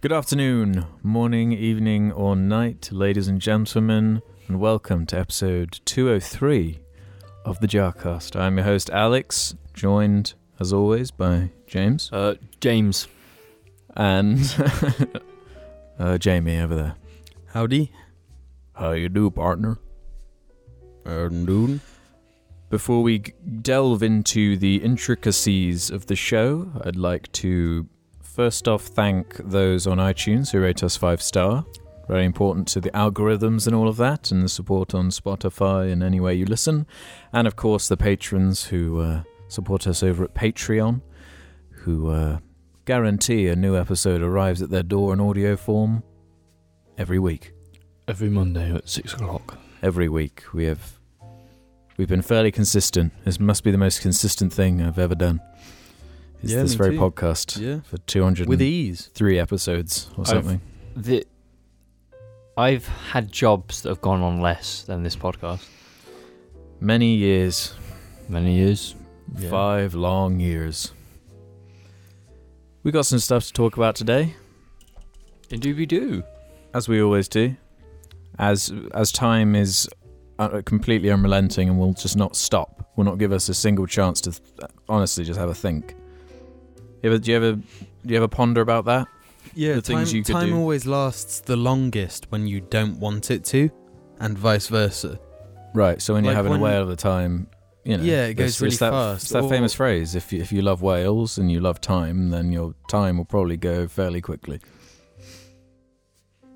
Good afternoon, morning, evening, or night, ladies and gentlemen, and welcome to episode 203 of the Jarcast. I'm your host, Alex, joined as always by James Uh, James. and uh, Jamie over there. Howdy. How you do, partner? Noon. Before we g- delve into the intricacies of the show, I'd like to first off thank those on iTunes who rate us five star. Very important to the algorithms and all of that, and the support on Spotify and anywhere you listen. And of course, the patrons who uh, support us over at Patreon, who uh, guarantee a new episode arrives at their door in audio form every week Every Monday at six o'clock. every week. We have we've been fairly consistent. This must be the most consistent thing I've ever done. Is Yeah, this me very too. podcast Yeah. for two hundred With ease. three episodes or I've- something? The, I've had jobs that have gone on less than this podcast. Many years, Many years. five long years. We got some stuff to talk about today, Indeed, we do. as we always do. As as time is uh, completely unrelenting, and will just not stop. Will not give us a single chance to th- honestly just have a think. You ever, do you ever do you ever ponder about that? Yeah, The time, things you could time do. always lasts the longest when you don't want it to, and vice versa. Right. So when you're Like having when- a whale of the time, you know. Yeah, it it's- goes really it's that, fast, It's that or- famous phrase: if you, if you love whales and you love time, then your time will probably go fairly quickly.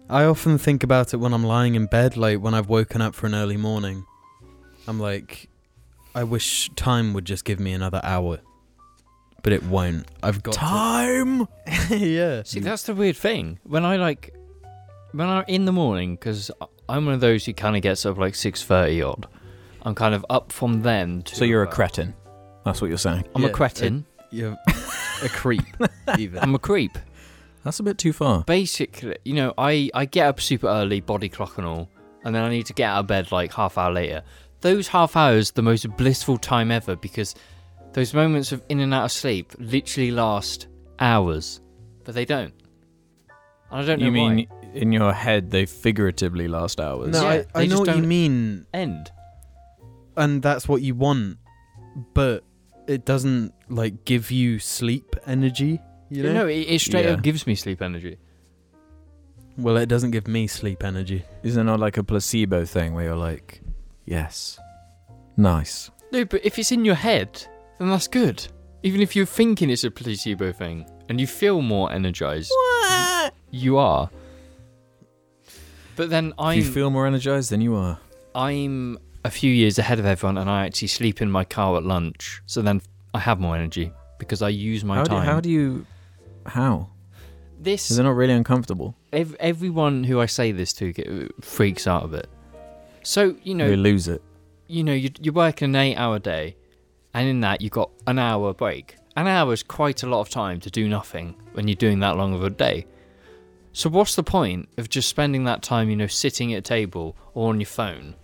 I often think about it when I'm lying in bed, like when I've woken up for an early morning. I'm like, I wish time would just give me another hour, but it won't. I've got Time. To- yeah. See, that's the weird thing. When I like, when I'm in the morning, because I'm one of those who kind of gets up like six thirty odd. I'm kind of up from then. To So you're a about- cretin. That's what you're saying. I'm a Yeah, cretin. You're a creep. Even. I'm a creep. That's a bit too far. Basically, you know, I I get up super early, body clock and all, and then I need to get out of bed like half hour later. Those half hours, the most blissful time ever, because those moments of in and out of sleep literally last hours, but they don't. And I don't know You mean why. in your head they figuratively last hours? No, Yeah, I, I they know just what you don't- mean. End. and that's what you want, but it doesn't like give you sleep energy. You know? No, it, it straight Yeah. up gives me sleep energy. Well, it doesn't give me sleep energy. Is there not like a placebo thing where you're like, yes, nice. No, but if it's in your head, then that's good. Even if you're thinking it's a placebo thing and you feel more energized, you are. But then I'm If you feel more energized than you are. I'm a few years ahead of everyone, and I actually sleep in my car at lunch. So then I have more energy because I use my how time. do how do you how this is it not really uncomfortable? ev- everyone who I say this to get, freaks out of it. So you know, we lose it. you know, you you work an eight-hour day, and in that you've got an hour break. An hour is quite a lot of time to do nothing when you're doing that long of a day. So what's the point of just spending that time, you know, sitting at a table or on your phone?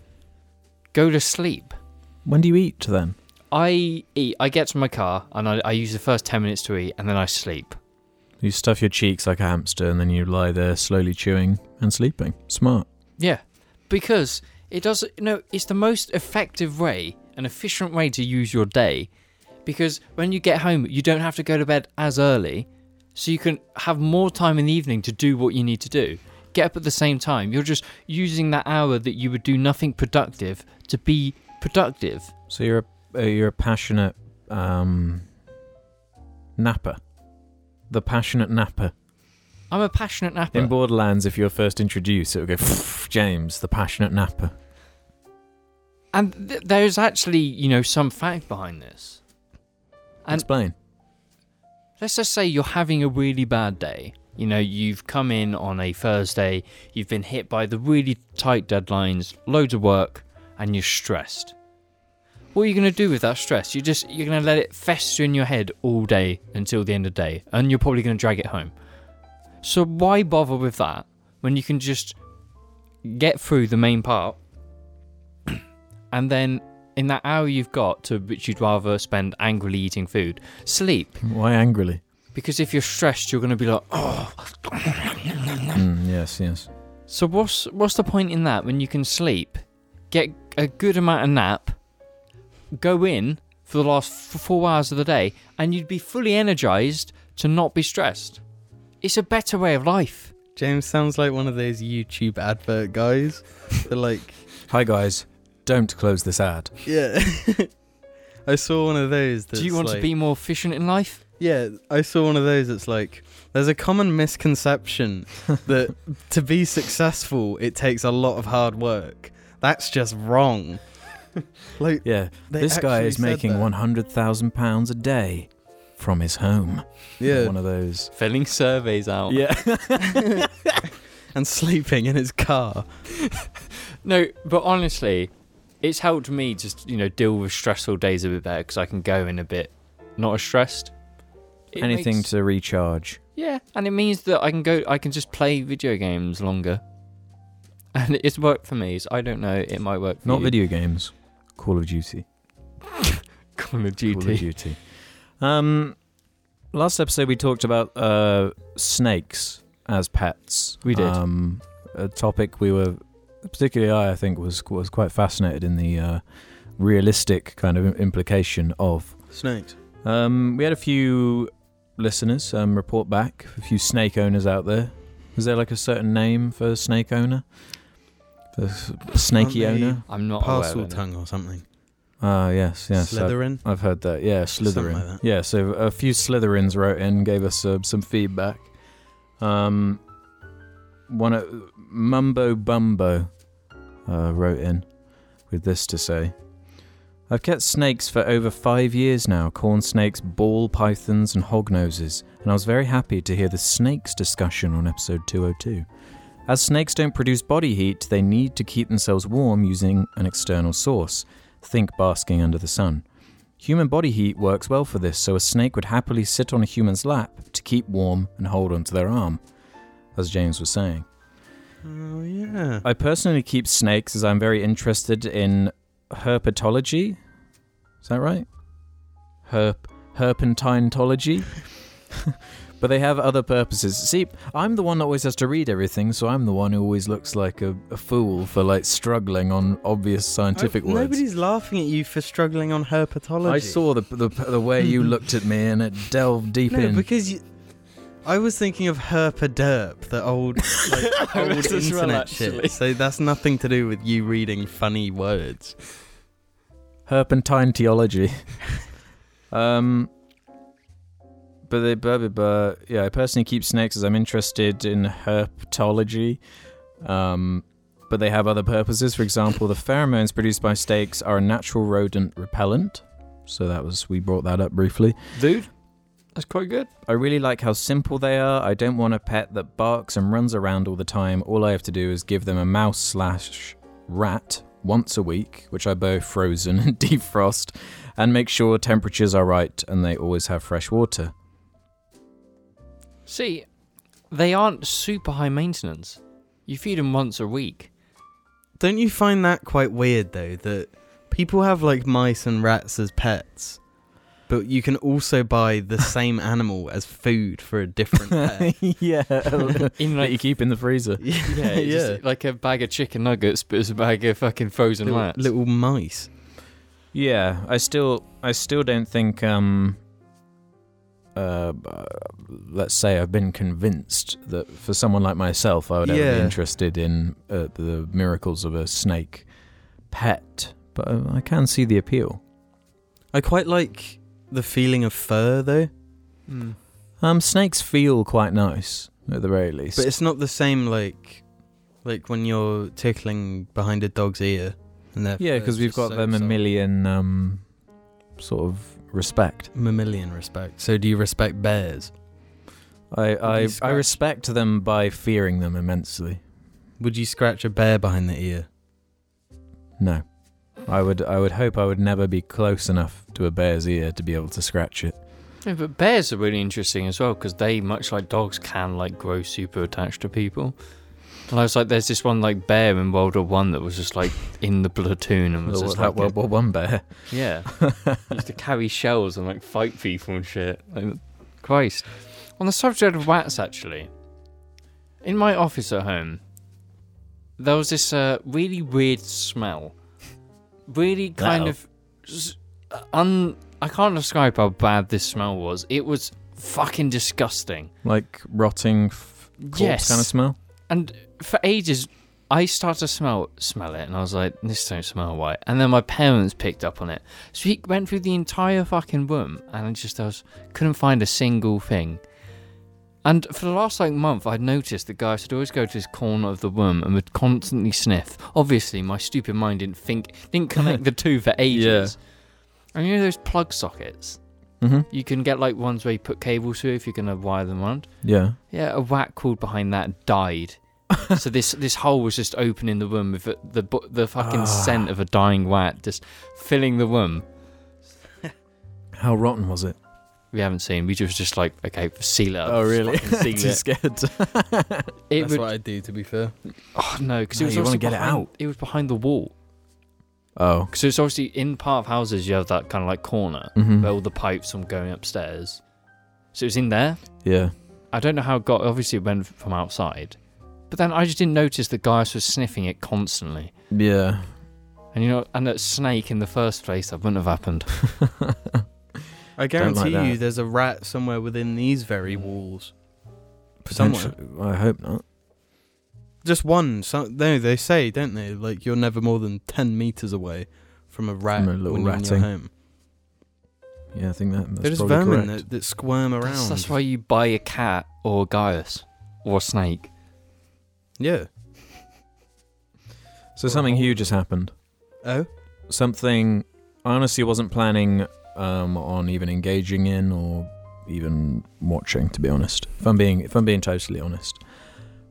Go to sleep. When do you eat then? I eat. I get to my car and I, I use the first ten minutes to eat, and then I sleep. You stuff your cheeks like a hamster and then you lie there slowly chewing and sleeping. Smart. Yeah, because it does. No, it's the most effective way, an efficient way to use your day, because when you get home, you don't have to go to bed as early, so you can have more time in the evening to do what you need to do. Get up at the same time. You're just using that hour that you would do nothing productive to be productive. So you're a uh, you're a passionate um napper. The passionate napper. I'm a passionate napper. In Borderlands if you were first introduced it would go James, the passionate napper. and th- there's actually, you know, some fact behind this. And- Explain. Let's just say you're having a really bad day. You know, you've come in on a Thursday, you've been hit by the really tight deadlines, loads of work, and you're stressed. What are you going to do with that stress? You just you're going to let it fester in your head all day until the end of the day, and you're probably going to drag it home. So why bother with that when you can just get through the main part and then in that hour you've got to which you'd rather spend angrily eating food, sleep Why angrily? Because if you're stressed, you're going to be like, oh. Mm, yes, yes. So what's what's the point in that when you can sleep, get a good amount of nap, go in for the last f- four hours of the day, and you'd be fully energized to not be stressed. It's a better way of life. James sounds like one of those YouTube advert guys. They're like, Hi guys, don't close this ad. yeah. I saw one of those. That's Do you want like, to be more efficient in life? Yeah, I saw one of those. It's like there's a common misconception that to be successful it takes a lot of hard work. That's just wrong. like Yeah, they this guy actually is said making that. one hundred thousand pounds a day from his home. yeah, one of those. Filling surveys out. Yeah, and sleeping in his car. No, but honestly, it's helped me just you know deal with stressful days a bit better because I can go in a bit not as stressed. It anything makes- to recharge. Yeah, and it means that I can go. I can just play video games longer, and it's worked for me. So I don't know. It might work. For Not you. video games. Call of Duty. Call of Call of Duty. Duty. Um, last episode we talked about uh, snakes as pets. We did. Um, a topic we were particularly I, I think was was quite fascinated in the uh, realistic kind of implication of. Snakes. Um, we had a few listeners um, report back. A few snake owners out there. Is there like a certain name for a snake owner? For s- snaky Aren't they owner? I'm not aware Parcel of any. tongue or something. Ah, yes, yes. I- Slytherin. I've heard that. Yeah, Something Slytherin. like that. Yeah, so a few Slytherins wrote in, gave us uh, some feedback. Um, one uh, Mumbo Bumbo uh, wrote in with this to say. I've kept snakes for over five years now corn snakes, ball pythons, and hog noses, and I was very happy to hear the snakes discussion on episode 202. As snakes don't produce body heat, they need to keep themselves warm using an external source. Think basking under the sun. Human body heat works well for this, so a snake would happily sit on a human's lap to keep warm and hold onto their arm, as James was saying. Oh yeah. I personally keep snakes as I'm very interested in herpetology. Is that right? Herp herpentinetology. but they have other purposes. See, I'm the one that always has to read everything, so I'm the one who always looks like a, a fool for like struggling on obvious scientific words. Oh, Nobody's laughing at you for struggling on herpetology. I saw the, the the way you looked at me, and it delved deep No, in. because you, I was thinking of herpaderp, the old, like, I old was as internet well, actually. shit. So that's nothing to do with you reading funny words. Herpentine theology. um, but they, blah, blah, blah. yeah, I personally keep snakes as I'm interested in herpetology. Um, but they have other purposes. For example, the pheromones produced by snakes are a natural rodent repellent. So that was we brought that up briefly. Dude, that's quite good. I really like how simple they are. I don't want a pet that barks and runs around all the time. All I have to do is give them a mouse slash rat once a week, which I both frozen and defrost, and make sure temperatures are right and they always have fresh water. See, they aren't super high maintenance. You feed them once a week. Don't you find that quite weird though that people have like mice and rats as pets, but you can also buy the same animal as food for a different pet. yeah, that In you like keep in the freezer. yeah, it's just like a bag of chicken nuggets, but it's a bag of fucking frozen Little, rats. little mice. Yeah, I still, I still don't think. Um, uh, uh, let's say I've been convinced that for someone like myself, I would ever be Yeah. interested in uh, the miracles of a snake pet. But uh, I can see the appeal. I quite like the feeling of fur though, Mm. Um, snakes feel quite nice at the very least. but it's not the same like, like when you're tickling behind a dog's ear. And their yeah, because fur's we've just got so the soft. mammalian um, sort of respect. mammalian respect. So do you respect bears? I I, I scratch? respect them by fearing them immensely. Would you scratch a bear behind the ear? No. I would I would hope I would never be close enough to a bear's ear to be able to scratch it. Yeah, but bears are really interesting as well because they, much like dogs, can like grow super attached to people. And I was like, there's this one like bear in World War One that was just like in the platoon and was Mm. Well, just that like, World War One bear. yeah, used to carry shells and like fight people and shit. Like, Christ. On the subject of rats, actually, in my office at home, there was this uh, really weird smell. Really kind Uh-oh. of s- un. I can't describe how bad this smell was. It was fucking disgusting. Like rotting f- corpse Yes. kind of smell? And for ages, I started to smell smell it, and I was like, "This don't smell right." And then my parents picked up on it, so we went through the entire fucking room, and I just I was, couldn't find a single thing. And for the last like month, I'd noticed that Gaius would always go to his corner of the room and would constantly sniff. Obviously, my stupid mind didn't think, didn't connect the two for ages. And you know those plug sockets? Mm-hmm. You can get like ones where you put cables through if you're gonna wire them around. Yeah. Yeah, a rat crawled behind that died. so this this hole was just open in the room with the the, bu- the fucking Ah. scent of a dying rat just filling the room. How rotten was it? We haven't seen. We just just like okay, seal it. Up, Oh, just really? fucking Too Seal it. scared. it That's would. what I do, to be fair. Oh no, because No, it was you wanna also get it behind- out. It was behind the wall oh. because it's obviously in part of houses. You have that kind of like corner hmm where all the pipes from going upstairs. So it was in there. Yeah. I don't know how it got. Obviously, it went from outside. But then I just didn't notice that Gaius was sniffing it constantly. Yeah. And you know, and that snake in the first place, that wouldn't have happened. Don't I like guarantee you that. Mm. there's a rat somewhere within these very walls. Potential. I hope not. Just one. So, no, they say, don't they? Like, you're never more than 10 meters away from a rat From a little when you're in your ratting. home. Yeah, I think that, that's They're just probably vermin correct. that, that squirm around. That's, that's why you buy a cat or a Gaius or a snake. Yeah. So something huge has happened. Oh? Something I honestly wasn't planning um, on even engaging in or even watching, to be honest. If I'm being if I'm being totally honest.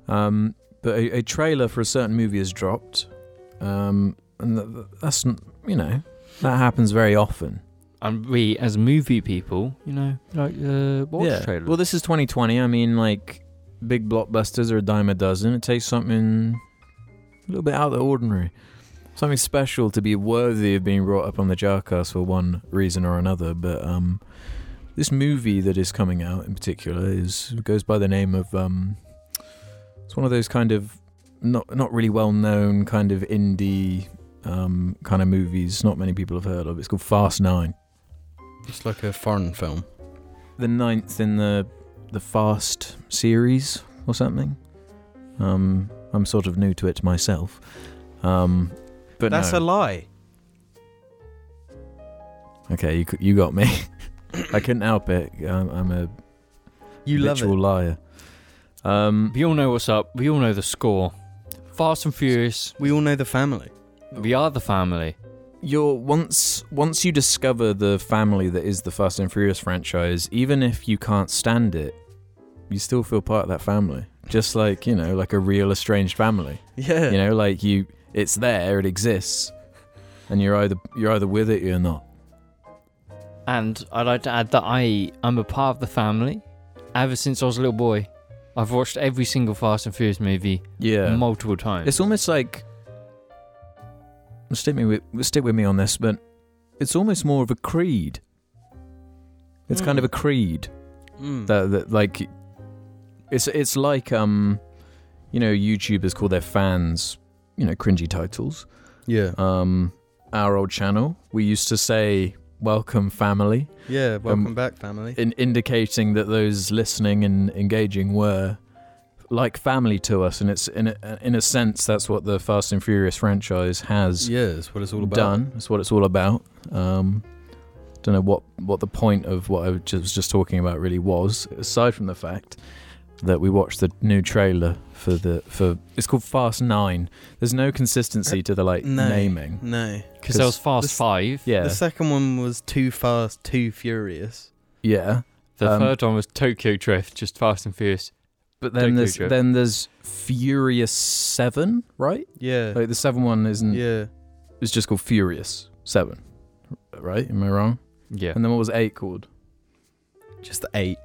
Um, but a, a trailer for a certain movie has dropped, um, and th- th- that's n- you know that happens very often. And we, as movie people, you know, like uh, watch yeah. trailers. Well, this is 2020. I mean, like big blockbusters are a dime a dozen. It takes something a little bit out of the ordinary, something special to be worthy of being brought up on the Jarcast for one reason or another. But um, this movie that is coming out in particular is goes by the name of um, it's one of those kind of not not really well known kind of indie um, kind of movies. Not many people have heard of. It's called Fast Nine It's like a foreign film. the ninth in the the Fast series or something. Um, I'm sort of new to it myself. Um, but that's a no. lie. okay. You c- you got me. I couldn't help it. I'm, I'm a You love habitual it. liar. Um, we all know what's up. We all know the score. Fast and Furious. We all know the family. We are the family. you're once once you discover the family that is the Fast and Furious franchise, even if you can't stand it, you still feel part of that family. Just like you know, like a real estranged family. Yeah. you know like you it's there it exists and you're either you're either with it or you're not And I'd like to add that I am a part of the family. Ever since I was a little boy, I've watched every single Fast and Furious movie yeah multiple times. it's almost like stick me with stick with me on this but it's almost more of a creed it's kind of a creed Mm. that, that like it's it's like um you know youtubers call their fans you know cringy titles Yeah. um our old channel we used to say welcome family Yeah. Welcome back, family. in indicating that those listening and engaging were like family to us, and it's in a, in a sense that's what the Fast and Furious franchise has yeah, that's what it's all about. done. That's what it's all about. Um, don't know what what the point of what I was just, was just talking about really was, aside from the fact that we watched the new trailer for the for it's called Fast Nine. There's no consistency to the like No. naming. No. because there was Fast this- Five. Yeah, The second one was Too Fast, Too Furious. yeah. The Um, third one was Tokyo Drift, just Fast and Furious. But then there's Tokyo Drift. then there's Furious Seven, right? Yeah. Like the seven one isn't. yeah. It's just called Furious Seven, right? Am I wrong? Yeah. And then what was eight called? Just the eight.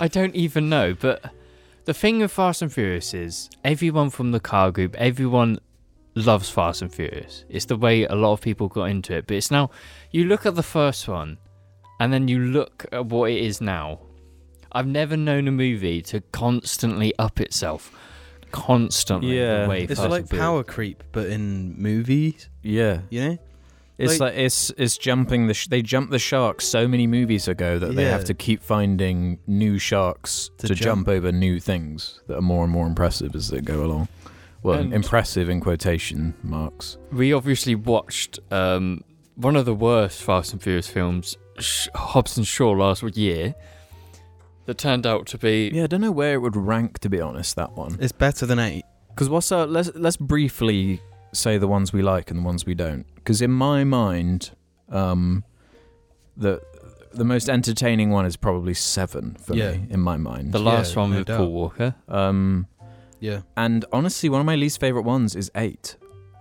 I don't even know, but the thing with Fast and Furious is everyone from the car group, everyone loves Fast and Furious. It's the way a lot of people got into it. But it's now you look at the first one and then you look at what it is now. I've never known a movie to constantly up itself, constantly. Yeah. the way It's It's Fast like and Furious- power creep, but in movies, Yeah, you know? it's Like- like, it's it's jumping the sh- they jumped the shark so many movies ago that they Yeah. have to keep finding new sharks to, To jump. jump. over new things that are more and more impressive as they go along. Well, And- impressive in quotation marks. We obviously watched um, one of the worst Fast and Furious films, Sh- Hobbs and Shaw, last year. That turned out to be Yeah, I don't know where it would rank to be honest. That one It's better than eight. because what's our let's let's briefly say the ones we like and the ones we don't. Because in my mind, um, the the most entertaining one is probably seven for Yeah. me. In my mind, the last Yeah, one no with doubt. Paul Walker. um, Yeah. And honestly, one of my least favorite ones is eight.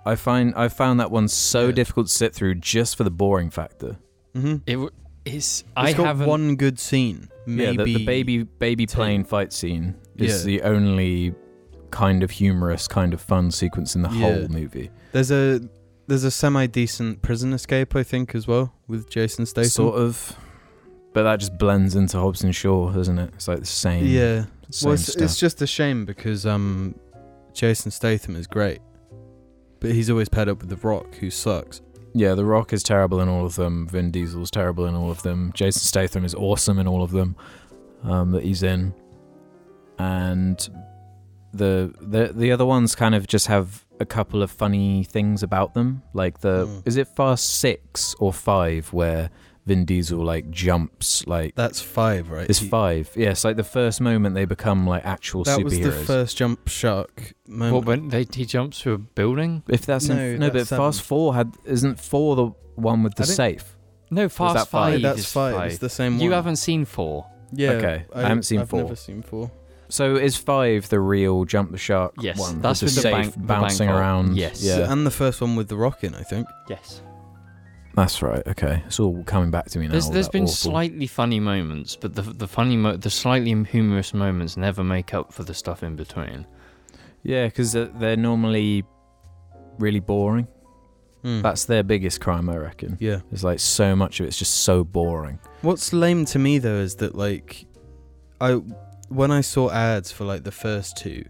I find I found that one so Yeah. difficult to sit through just for the boring factor. Mm-hmm. It w- it's, I I got haven't. one good scene. Maybe yeah, the, the baby baby ten. plane fight scene is Yeah. the only kind of humorous, kind of fun sequence in the Yeah. whole movie. There's a there's a semi decent prison escape, I think, as well with Jason Statham. Sort of, but that just blends into Hobbs and Shaw, doesn't it? It's like the same. Yeah. same Well, it's, stuff. it's just a shame because um, Jason Statham is great, but he's always paired up with The Rock, who sucks. yeah, The Rock is terrible in all of them. Vin Diesel's terrible in all of them. Jason Statham is awesome in all of them um, that he's in, and the the the other ones kind of just have a couple of funny things about them. Like the Mm. is it Fast Six or Five where Vin Diesel like jumps like That's five, right? it's He- five. Yes, like the first moment they become like actual That superheroes. was the first jump shark moment. What when they he jumps through a building? if that's no, No, no that's but Fast seven. Four had isn't four the one with the I think- safe. No, Fast that Five. five? No, Hey, that's is five. It's the same one. You haven't seen four. Yeah. Okay, I haven't seen I've four. never seen four. So is five the real jump the shark Yes, one? that's with with the bank- the bank bouncing vault. around. Yes. yeah, And the first one with The Rock in, I think. Yes. that's right. Okay, it's all coming back to me now. There's all there's that been awful- slightly funny moments, but the the funny mo- the slightly humorous moments never make up for the stuff in between. yeah, because they're, they're normally really boring. Mm. Hmm. That's their biggest crime, I reckon. yeah. It's like so much of it's just so boring. What's lame to me though is that like I when I saw ads for like the first two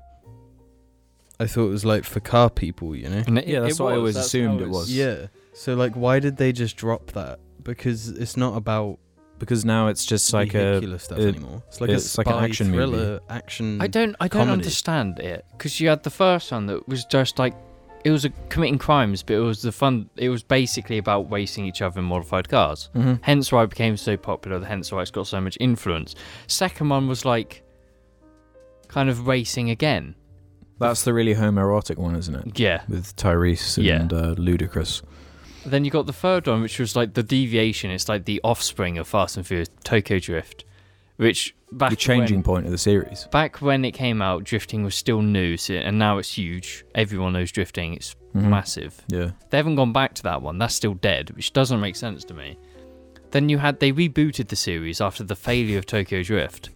I thought it was like for car people, you know. And it- Yeah, it that's what I was, always that's assumed how it was. Yeah. So like why did they just drop that? Because it's not about Because now it's just like a vehicular stuff it- anymore. It's like it's a like an spy action movie. thriller action. I don't I don't Comedy. understand it because you had the first one that was just like it was a, committing crimes, but it was the fun. It was basically about racing each other in modified cars. Mhm. Hence why it became so popular. Hence why it's got so much influence. Second one was like kind of racing again. that's the really homoerotic one, isn't it? Yeah. With Tyrese Yeah. and uh, Ludacris. Then you got the third one, which was like the deviation. It's like the offspring of Fast and Furious Tokyo Drift, which back The changing when, point of the series. back when it came out, drifting was still new, so, and now it's huge. Everyone knows drifting. It's Mhm. massive. Yeah. They haven't gone back to that one. That's still dead, which doesn't make sense to me. Then you had they rebooted the series after the failure of Tokyo Drift,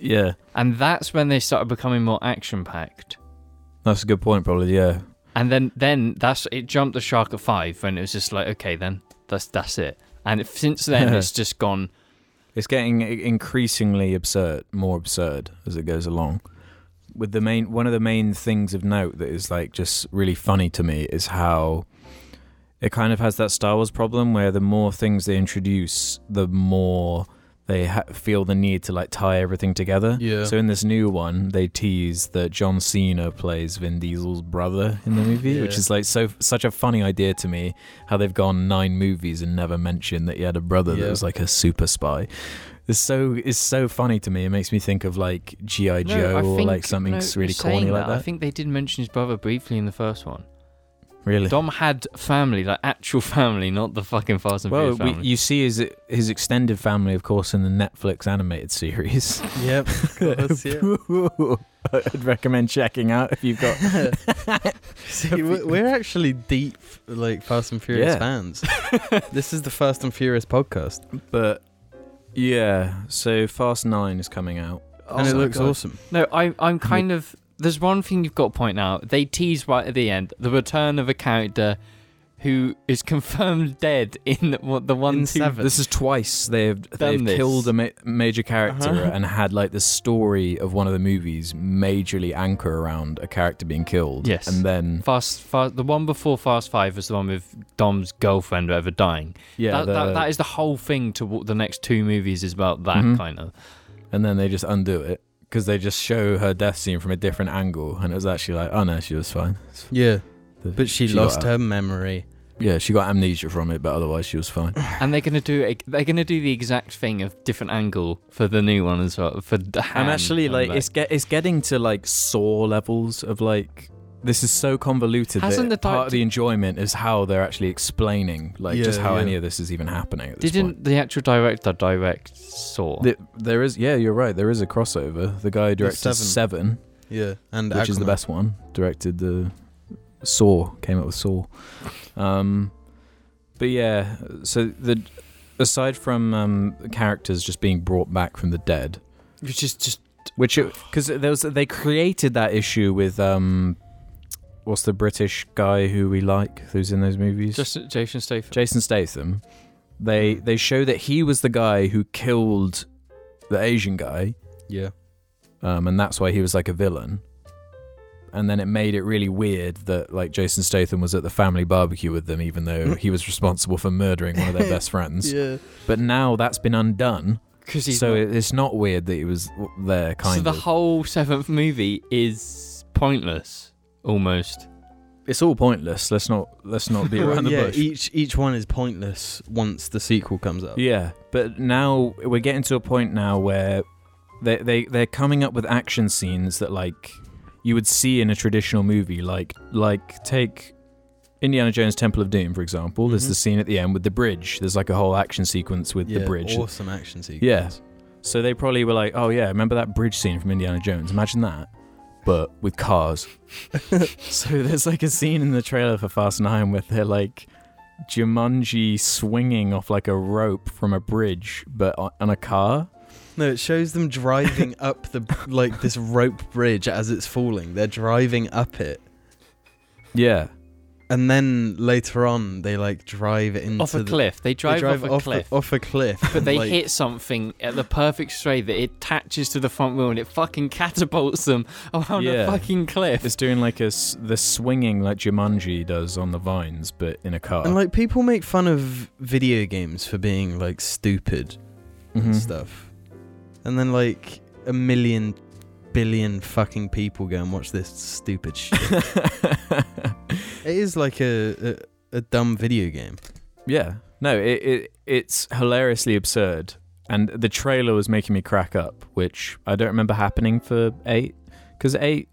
yeah. and that's when they started becoming more action packed. That's a good point, probably. Yeah. And then then that's it jumped the shark at five when it was just like okay then that's that's it. And if, since then it's just gone. It's getting i- increasingly absurd, more absurd as it goes along. With the main one of the main things of note that is like just really funny to me is how it kind of has that Star Wars problem where the more things they introduce, the more they ha- feel the need to like tie everything together. Yeah. So in this new one, they tease that John Cena plays Vin Diesel's brother in the movie, which Yeah. is like so such a funny idea to me. How they've gone nine movies and never mentioned that he had a brother that Yeah. was like a super spy. It's so it's so funny to me. It makes me think of like GI Joe or like something no, s- really you're saying corny like that. I think they did mention his brother briefly in the first one. really. Dom had family, like actual family, not the fucking Fast and Well, Furious we, family. you see his his extended family, of course, in the Netflix animated series. Yep. course, I'd recommend checking out if you've got. See, we- we're actually deep like Fast and Furious Yeah. fans. this is the Fast and Furious podcast, But yeah, so Fast Nine is coming out, Oh and it Oh my looks God. awesome. No, I, I'm kind of. There's one thing you've got to point out. They tease right at the end the return of a character who is confirmed dead in what the one In two Seven. This is twice they've they've this. killed a ma- major character Uh-huh. and had like the story of one of the movies majorly anchor around a character being killed. Yes. and then Fast, fast, the one before Fast Five was the one with Dom's girlfriend ever dying. yeah, that, that, the- that is the whole thing to what the next two movies is about. That Mhm. kind of and then they just undo it because they just show her death scene from a different angle, and it was actually like, oh no, she was fine. It's f- Yeah, the- but she, She got lost out. her memory. yeah, she got amnesia from it, but otherwise she was fine. and they're gonna do it- they're gonna do the exact thing of different angle for the new one as well for the hand. I'm actually and like, it's get it's getting to like saw levels of like. This is so convoluted Hasn't that the part direct- of the enjoyment is how they're actually explaining, like just Yeah, how yeah. any of this is even happening. At this point. didn't the actual director direct Saw? The, there is, yeah, you're right. There is a crossover. The guy who directed Seven, Seven, Yeah, and which is the Aquaman. best one, directed the Saw, came up with Saw. Um, but yeah, so the aside from um, characters just being brought back from the dead, which is just which because there was they created that issue with um, what's the British guy who we like who's in those movies? just Mm. Jason Statham. Jason Statham, they they show that he was the guy who killed the Asian guy, Yeah, um, and that's why he was like a villain. And then it made it really weird that like Jason Statham was at the family barbecue with them, even Mm. though he was responsible for murdering one of their best friends. yeah. But now that's been undone, Because he's so not- it, it's not weird that he was w- there. Kind so the of, whole seventh movie is pointless almost. it's all pointless. Let's not let's not be around the yeah, e- bush. each each one is pointless once the sequel comes out. Yeah, but now we're getting to a point now where they they they're coming up with action scenes that like you would see in a traditional movie, like like take Indiana Jones Temple of Doom for example. There's Mhm. the scene at the end with the bridge. There's like a whole action sequence with the Yeah, bridge. Awesome action sequence. Yeah. So they probably were like, oh yeah, remember that bridge scene from Indiana Jones? Imagine that, but with cars. so there's like a scene in the trailer for Fast Nine where they're like Jumanji swinging off like a rope from a bridge, but on, on a car. No, it shows them driving up the like this rope bridge as it's falling. They're driving up it, Yeah. and then later on they like drive into off a the, cliff. They They drive, off a cliff. off a cliff, but they like, hit something at the perfect straight that it attaches to the front wheel and it fucking catapults them around Yeah. a fucking cliff. It's doing like a s- the swinging like Jumanji does on the vines, but in a car. And like people make fun of video games for being like stupid Mhm. and stuff, and then like a million billion fucking people go and watch this stupid shit. it is like a, a a dumb video game. Yeah. No, it, it it's hilariously absurd. And the trailer was making me crack up, which I don't remember happening for 8 cuz 8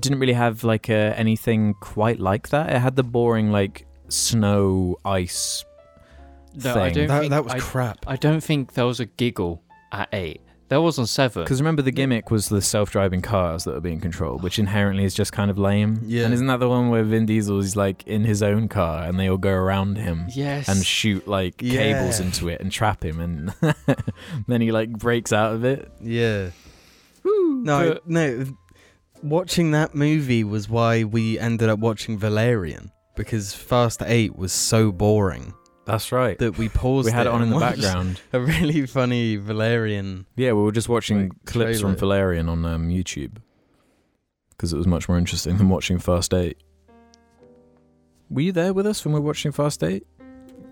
didn't really have like uh anything quite like that. It had the boring like snow, ice. No, I thing. don't That, think that was I, crap. I don't think there was a giggle at eight. There was on seven. Cuz remember the gimmick was the self-driving cars that were being controlled, which inherently is just kind of lame. Yeah. And isn't that the one where Vin Diesel is like in his own car and they all go around him? Yes. and shoot like cables Yeah. into it and trap him and then he like breaks out of it Yeah. No, but- no. Watching that movie was why we ended up watching Valerian because Fast Eight was so boring that's right that we paused. we had it it on in and the watched background A really funny Valerian. yeah we were just watching Like, clips from trailer. valerian on um, youtube because it was much more interesting than watching fast eight were you there with us when we were watching fast eight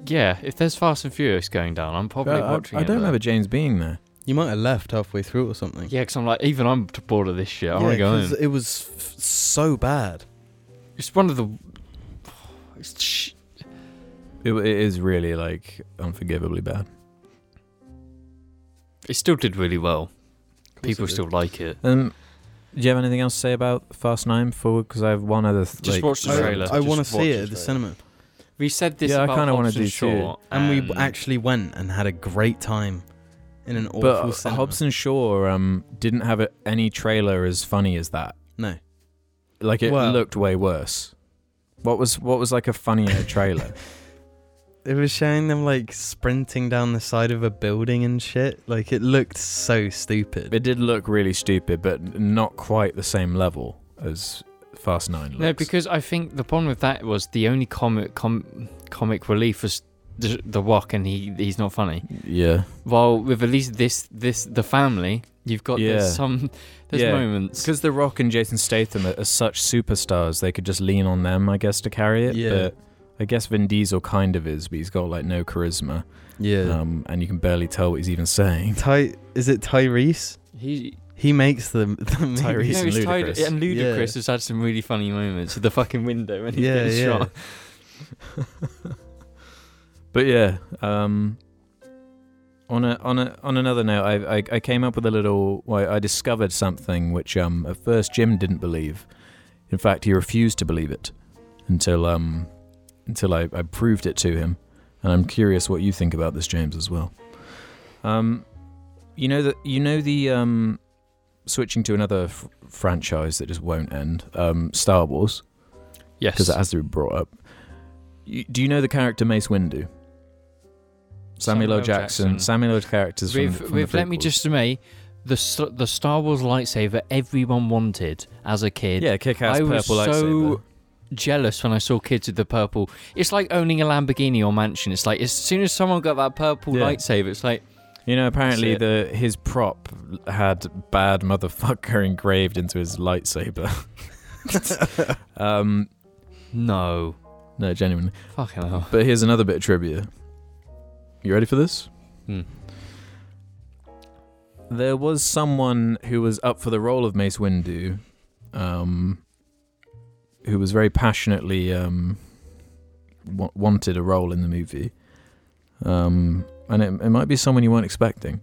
yeah, if there's Fast and Furious going down, I'm probably Uh, I, watching I it. don't though. remember james being there You might have left halfway through or something. Yeah, because I'm like, even I'm t- bored of this shit. I want to Yeah, go 'cause home. It was f- so bad. It's one of the. It's sh- it, it is really like unforgivably bad it still did really well. People still like it. um do you have anything else to say about fast nine for because i have one other th- Just like, watch the I, trailer. I Just want to watch see the it at the trailer. cinema, We said this Yeah, I about kinda wanna Hobson do too. Shaw, and we and- actually went and had a great time in an awful But cinema. Hobson Shaw um, didn't have a, any trailer as funny as that. no, Like it Well- looked way worse. What was what was like a funnier trailer? It was showing them like sprinting down the side of a building and shit. Like it looked so stupid. it did look really stupid, but not quite the same level as Fast Nine looks. No, because I think the problem with that was the only comic com- comic relief was the, the Rock, and he he's not funny. yeah, While with at least this this the family, you've got Yeah. there's some there's Yeah. moments. because The Rock and Jason Statham are, are such superstars, they could just lean on them, I guess, to carry it. Yeah. But I guess Vin Diesel kind of is, but he's got like no charisma, Yeah. um, and you can barely tell what he's even saying. Ty is it Tyrese? He, He makes the, the movie. Tyrese. no, and it's Ty- Ludacris. and Yeah. Ludacris has had some really funny moments at the fucking window when he Yeah, gets yeah. shot. But yeah, um, on a on a on another note, I I, I came up with a little. Well, I discovered something which um at first Jim didn't believe. In fact, he refused to believe it until um until I, I proved it to him. And I'm curious what you think about this, James, as well. Um, you know that you know the um switching to another f- franchise that just won't end. Um, Star Wars Yes, because it has to be brought up. You, do you know the character Mace Windu? Samuel L. Jackson. Samuel L. characters from, with from the with let me prequels. just say, the s- the Star Wars lightsaber everyone wanted as a kid. yeah, kick-ass I purple was lightsaber. so jealous when I saw kids with the purple. It's like owning a Lamborghini or mansion. It's like as soon as someone got that purple Yeah. lightsaber, it's like You know, apparently it. the his prop had bad motherfucker engraved into his lightsaber. um, no, no, genuinely. fucking hell. But here's another bit of trivia. You ready for this? Hmm. There was someone who was up for the role of Mace Windu, um, who was very passionately um, wa- wanted a role in the movie, um, and it, it might be someone you weren't expecting.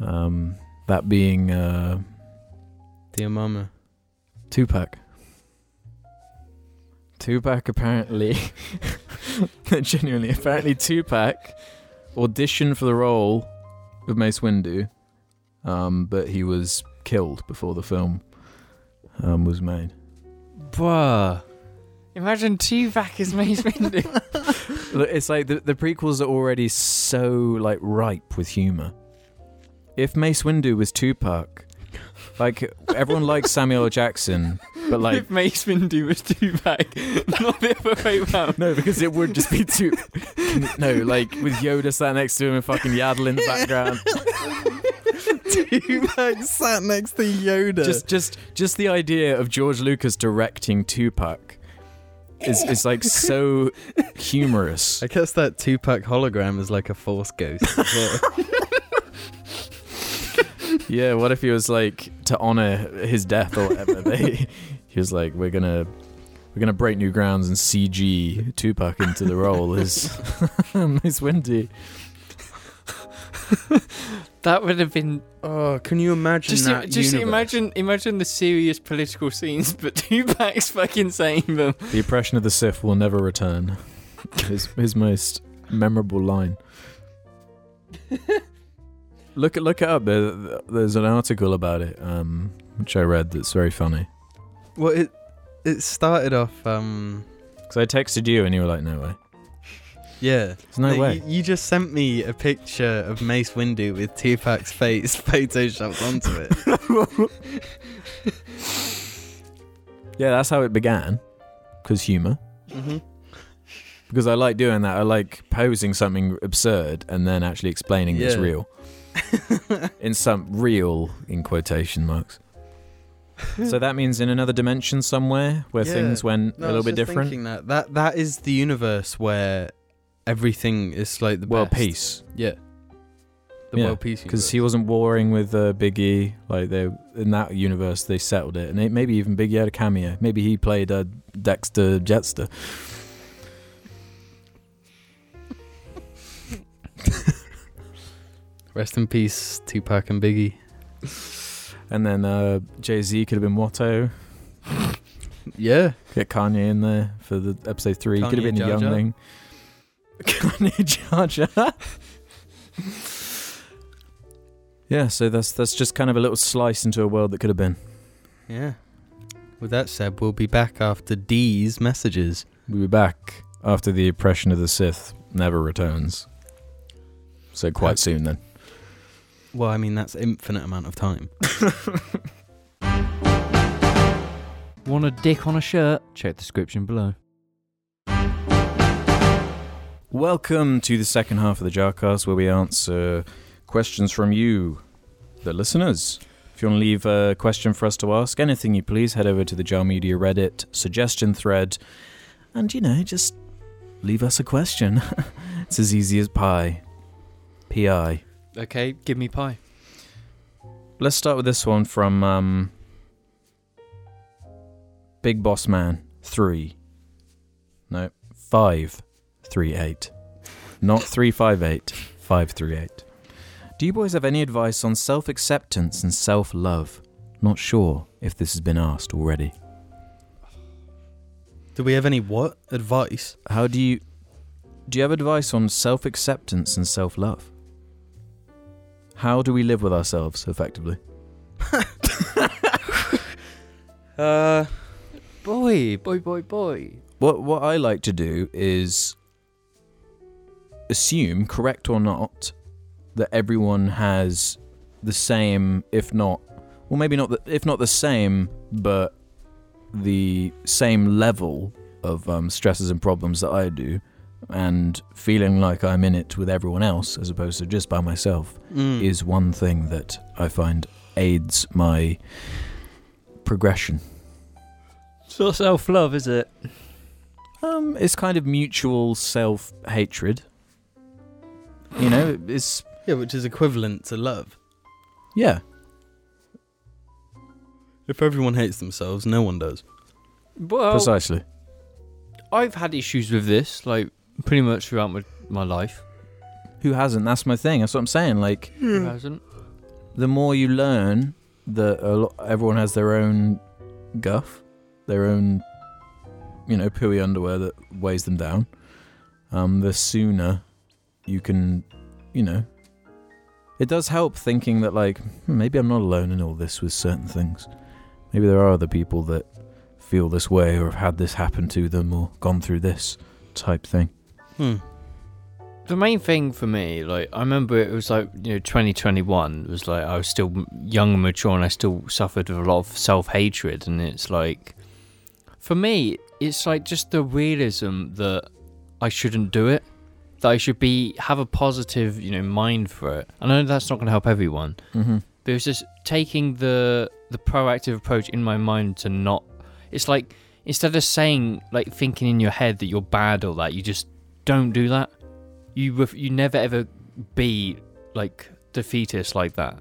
Um, that being uh, Dear Mama. Tupac. Tupac apparently, genuinely, apparently Tupac auditioned for the role of Mace Windu, um, but he was killed before the film um, was made. Bruh. Imagine T-Vac is Mace Windu. Look, it's like the, the prequels are already so like ripe with humor. If Mace Windu was Tupac, like everyone likes Samuel L. Jackson, but like if Mace Windu was T-Vac, not the other way round. No, because it would just be too. no, like with Yoda sat next to him and fucking Yaddle in the background. Tupac sat next to Yoda. just, just, just the idea of George Lucas directing Tupac is is like so humorous. I guess that Tupac hologram is like a force ghost. as well. Yeah, what if he was like to honor his death or whatever? They, he was like, we're gonna. We're gonna break new grounds and CG Tupac into the role as Miss Wendy. That would have been oh, can you imagine just, that? just universe? imagine imagine the serious political scenes, but Tupac's fucking saying them. The oppression of the Sith will never return. His his most memorable line. Look it look it up. There, there's an article about it, um, which I read that's very funny. Well, it it started off. Um, Because I texted you and you were like, "No way, yeah. there's no, you- way." You, just sent me a picture of Mace Windu with Tupac's face photoshopped onto it. yeah, that's how it began. Because humor. mm-hmm. Because I like doing that. I like posing something absurd and then actually explaining it's Yeah. real in some real in quotation marks. so that means in another dimension somewhere where Yeah. things went No, a I little was bit just different. thinking That. that that is the universe where everything is like the World best. peace, Yeah. The Yeah, world peace. because universe. he wasn't warring with uh, Big E. Like they in that universe, they settled it, and it, maybe even Big E had a cameo. Maybe he played uh, Dexter Jetster. Rest in peace, Tupac and Biggie. And then uh, Jay Z could have been Watto. Yeah. Get Kanye in there for the episode three. Kanye could have been Jar a Jar. youngling. Kanye Jar Jar. yeah, so that's that's just kind of a little slice into a world that could have been. Yeah. With that said, we'll be back after D's messages. We'll be back after the oppression of the Sith never returns. So quite soon then. Well, I mean that's infinite amount of time. Want a dick on a shirt? Check the description below. Welcome to the second half of the Jarcast, where we answer questions from you, the listeners. If you want to leave a question for us to ask, anything you please, head over to the Jar Media Reddit suggestion thread, and you know, just leave us a question. it's as easy as pie. Pi. Okay, give me pie. Let's start with this one from um, Big Boss Man three. No, five three eight, not three five eight five three eight. Do you boys have any advice on self acceptance and self love? Not sure if this has been asked already. Do we have any what advice? How do you do you have advice on self acceptance and self love? How do we live with ourselves effectively? Uh, Boy, boy, boy, boy. What what I like to do is assume, correct or not, that everyone has the same, if not, well, maybe not, the, if not the same, but the same level of um, stresses and problems that I do, and feeling like I'm in it with everyone else as opposed to just by myself mm. is one thing that I find aids my progression. It's not self love, is it? Um, it's kind of mutual self hatred. You know, it's yeah, which is equivalent to love. yeah, If everyone hates themselves, no one does. Well, precisely. I've had issues with this, like, pretty much throughout my, my life. Who hasn't? That's my thing. That's what I'm saying. Like, Who hasn't? the more you learn that a lot, everyone has their own guff, their own, you know, pooey underwear that weighs them down, um, the sooner you can, you know, it does help thinking that, like, "Hmm, maybe I'm not alone in all this with certain things. Maybe there are other people that feel this way or have had this happen to them or gone through this type thing. Hmm. the main thing for me, like I remember, it was like you know, 2021 was like I was still m- young and mature, and I still suffered with a lot of self hatred, and it's like, for me, it's like just the realism that I shouldn't do it, that I should be have a positive, you know, mind for it. I know that's not going to help everyone, Mm-hmm. but it's just taking the the proactive approach in my mind to not. It's like instead of saying like thinking in your head that you're bad or that you just don't do that. You ref- you never ever be like defeatist like that.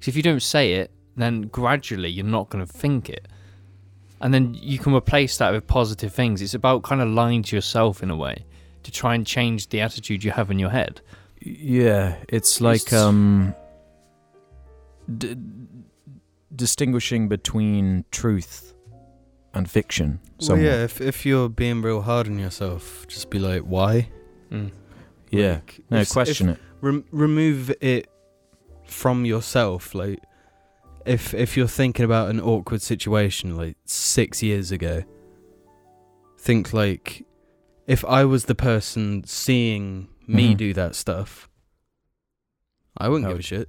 'Cause if you don't say it, then gradually you're not going to think it, and then you can replace that with positive things. It's about kind of lying to yourself in a way to try and change the attitude you have in your head. Yeah, it's like It's- um d- distinguishing between truth and fiction. So somewhat. yeah, if if you're being real hard on yourself, just be like, why? yeah. Like, No, if- question it. if- rem- remove it from yourself. Like, if if you're thinking about an awkward situation like six years ago, think like, if I was the person seeing me Mhm. do that stuff, I wouldn't How give a would- shit.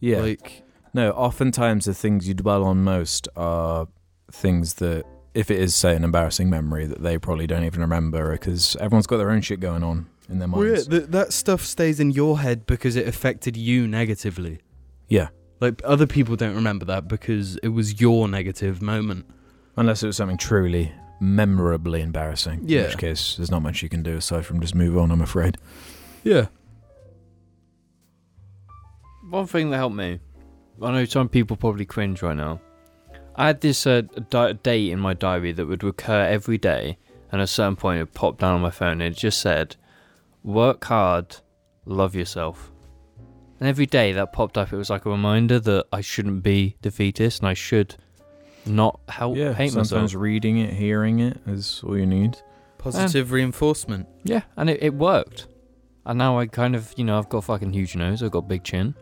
Yeah. Like, no, oftentimes the things you dwell on most are things that, if it is, say, an embarrassing memory that they probably don't even remember because everyone's got their own shit going on in their Well, yeah, minds. th- that stuff stays in your head because it affected you negatively. Yeah. Like other people don't remember that because it was your negative moment. Unless it was something truly memorably embarrassing. In Yeah. which case, there's not much you can do aside from just move on, I'm afraid. Yeah. One thing that helped me, I know some people probably cringe right now. I had this uh, di- date in my diary that would recur every day, and at a certain point it popped down on my phone and it just said, Work hard, love yourself. And every day that popped up, it was like a reminder that I shouldn't be defeatist and I should not help yeah, hate sometimes myself. reading it, hearing it is all you need. Positive Eh. reinforcement. Yeah, and it, it worked. And now I kind of, you know, I've got a fucking huge nose, I've got a big chin.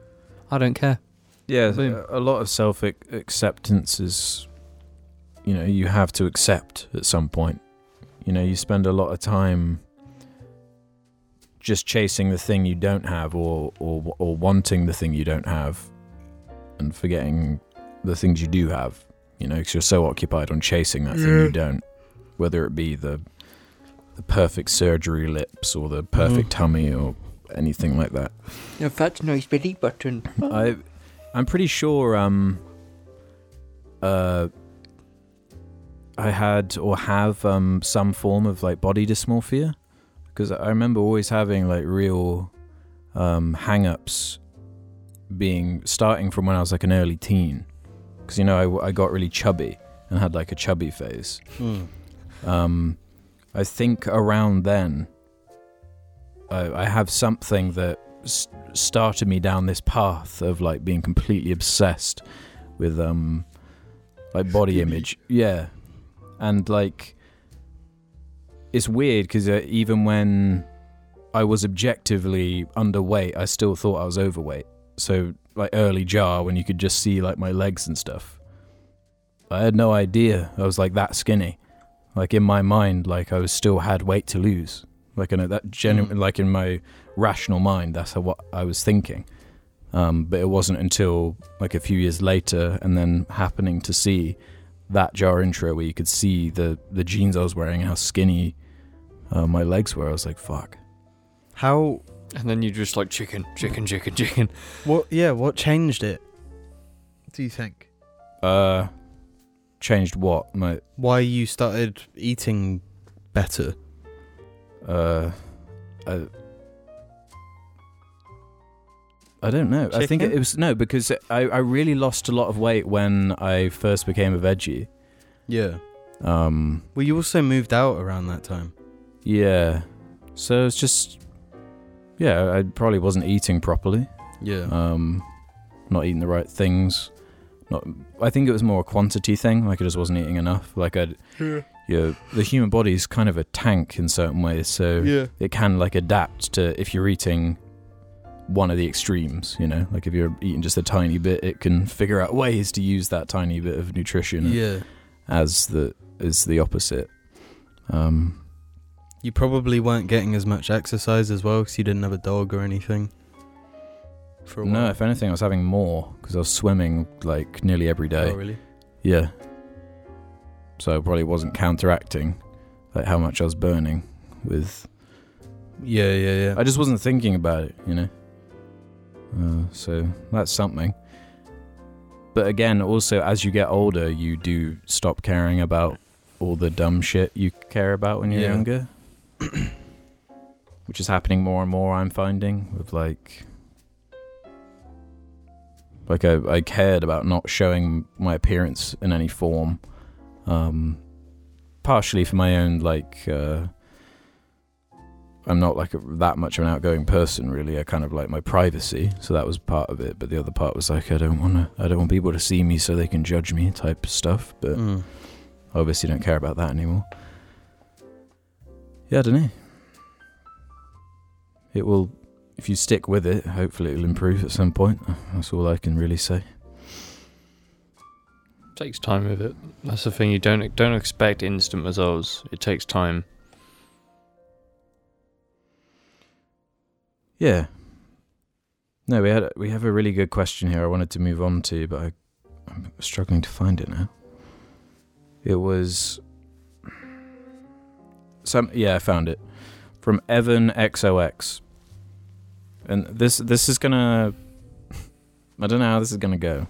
I don't care. Yeah, Boom. a a lot of self ac- acceptance is, you know, you have to accept at some point. You know, you spend a lot of time just chasing the thing you don't have, or or or wanting the thing you don't have, and forgetting the things you do have. you know, because you're so occupied on chasing that thing you don't. Whether it be the the perfect surgery lips or the perfect tummy or anything like that. No, that's nice belly button. I, I'm pretty sure. Um, uh, I had or have um some form of like body dysmorphia because I remember always having like real um hang-ups being starting from when I was like an early teen because you know I w- I, got really chubby and had like a chubby phase. Mm. Um, I think around then, I, I have something that s- started me down this path of like being completely obsessed with um, like body Skinny. image, yeah, and like it's weird because uh, even when I was objectively underweight, I still thought I was overweight. So like early jar when you could just see like my legs and stuff. I had no idea I was like that skinny like in my mind like i was still had weight to lose like in a, that genuine Mm. like in my rational mind that's how, what i was thinking um, but it wasn't until like a few years later and then happening to see that jar intro where you could see the the jeans i was wearing and how skinny uh, my legs were i was like fuck How And then you just like chicken, chicken, chicken, chicken. What? Yeah. What changed it? do you think? uh changed what my Why you started eating better? uh I, I don't know. I think it, Chicken? was no because I, I really lost a lot of weight when I first became a veggie. Yeah. Um, Well, you also moved out around that time. yeah, so it's just yeah, I probably wasn't eating properly. Yeah. Um, not eating the right things. Not, I think it was more a quantity thing. Like I just wasn't eating enough. Like I'd, yeah, the human body is kind of a tank in certain ways. So yeah. it can like adapt to if you're eating one of the extremes you know like if you're eating just a tiny bit it can figure out ways to use that tiny bit of nutrition Yeah. as the as the opposite um You probably weren't getting as much exercise as well because you didn't have a dog or anything. For a no while. if anything i was having more because i was swimming like nearly every day Oh, really? yeah so i probably wasn't counteracting like how much i was burning with Yeah, yeah, yeah. i just wasn't thinking about it you know uh, so that's something But again, also as you get older, you do stop caring about all the dumb shit you care about when you're Yeah. younger, which is happening more and more. I'm finding with like, like I, I cared about not showing my appearance in any form, um, partially for my own like. Uh, I'm not like a, that much of an outgoing person, really. I kind of like my privacy, so that was part of it. But the other part was like, I don't want to, I don't want people to see me so they can judge me, type stuff. But Mm. I obviously, don't care about that anymore. Yeah, I don't know. It will, if you stick with it, hopefully it'll improve at some point. That's all I can really say. takes time with it. That's the thing. You don't don't expect instant results. It takes time. Yeah. No, we had we have a really good question here. I wanted to move on to, but I, I'm struggling to find it now. It was some yeah, I found it from Evan XOX, and this this is gonna I don't know how this is gonna go.